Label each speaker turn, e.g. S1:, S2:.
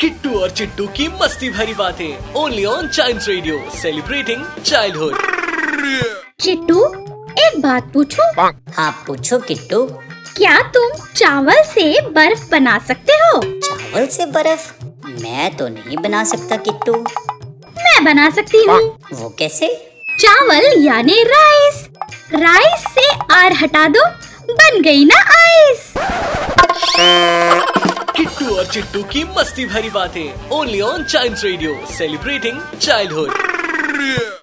S1: किट्टू और चिट्टू की मस्ती भरी बातें only on child radio celebrating childhood
S2: Chittu एक बात पूछूं
S3: हाँ पूछो किट्टू
S2: क्या तुम चावल से बर्फ बना सकते हो
S3: चावल से बर्फ मैं तो नहीं बना सकता किट्टू
S2: मैं बना सकती हूँ
S3: वो कैसे
S2: चावल यानी राइस राइस से आर हटा दो बन गई ना आइस
S1: किट्टू और चिट्टू की मस्ती भरी बातें only on child radio celebrating childhood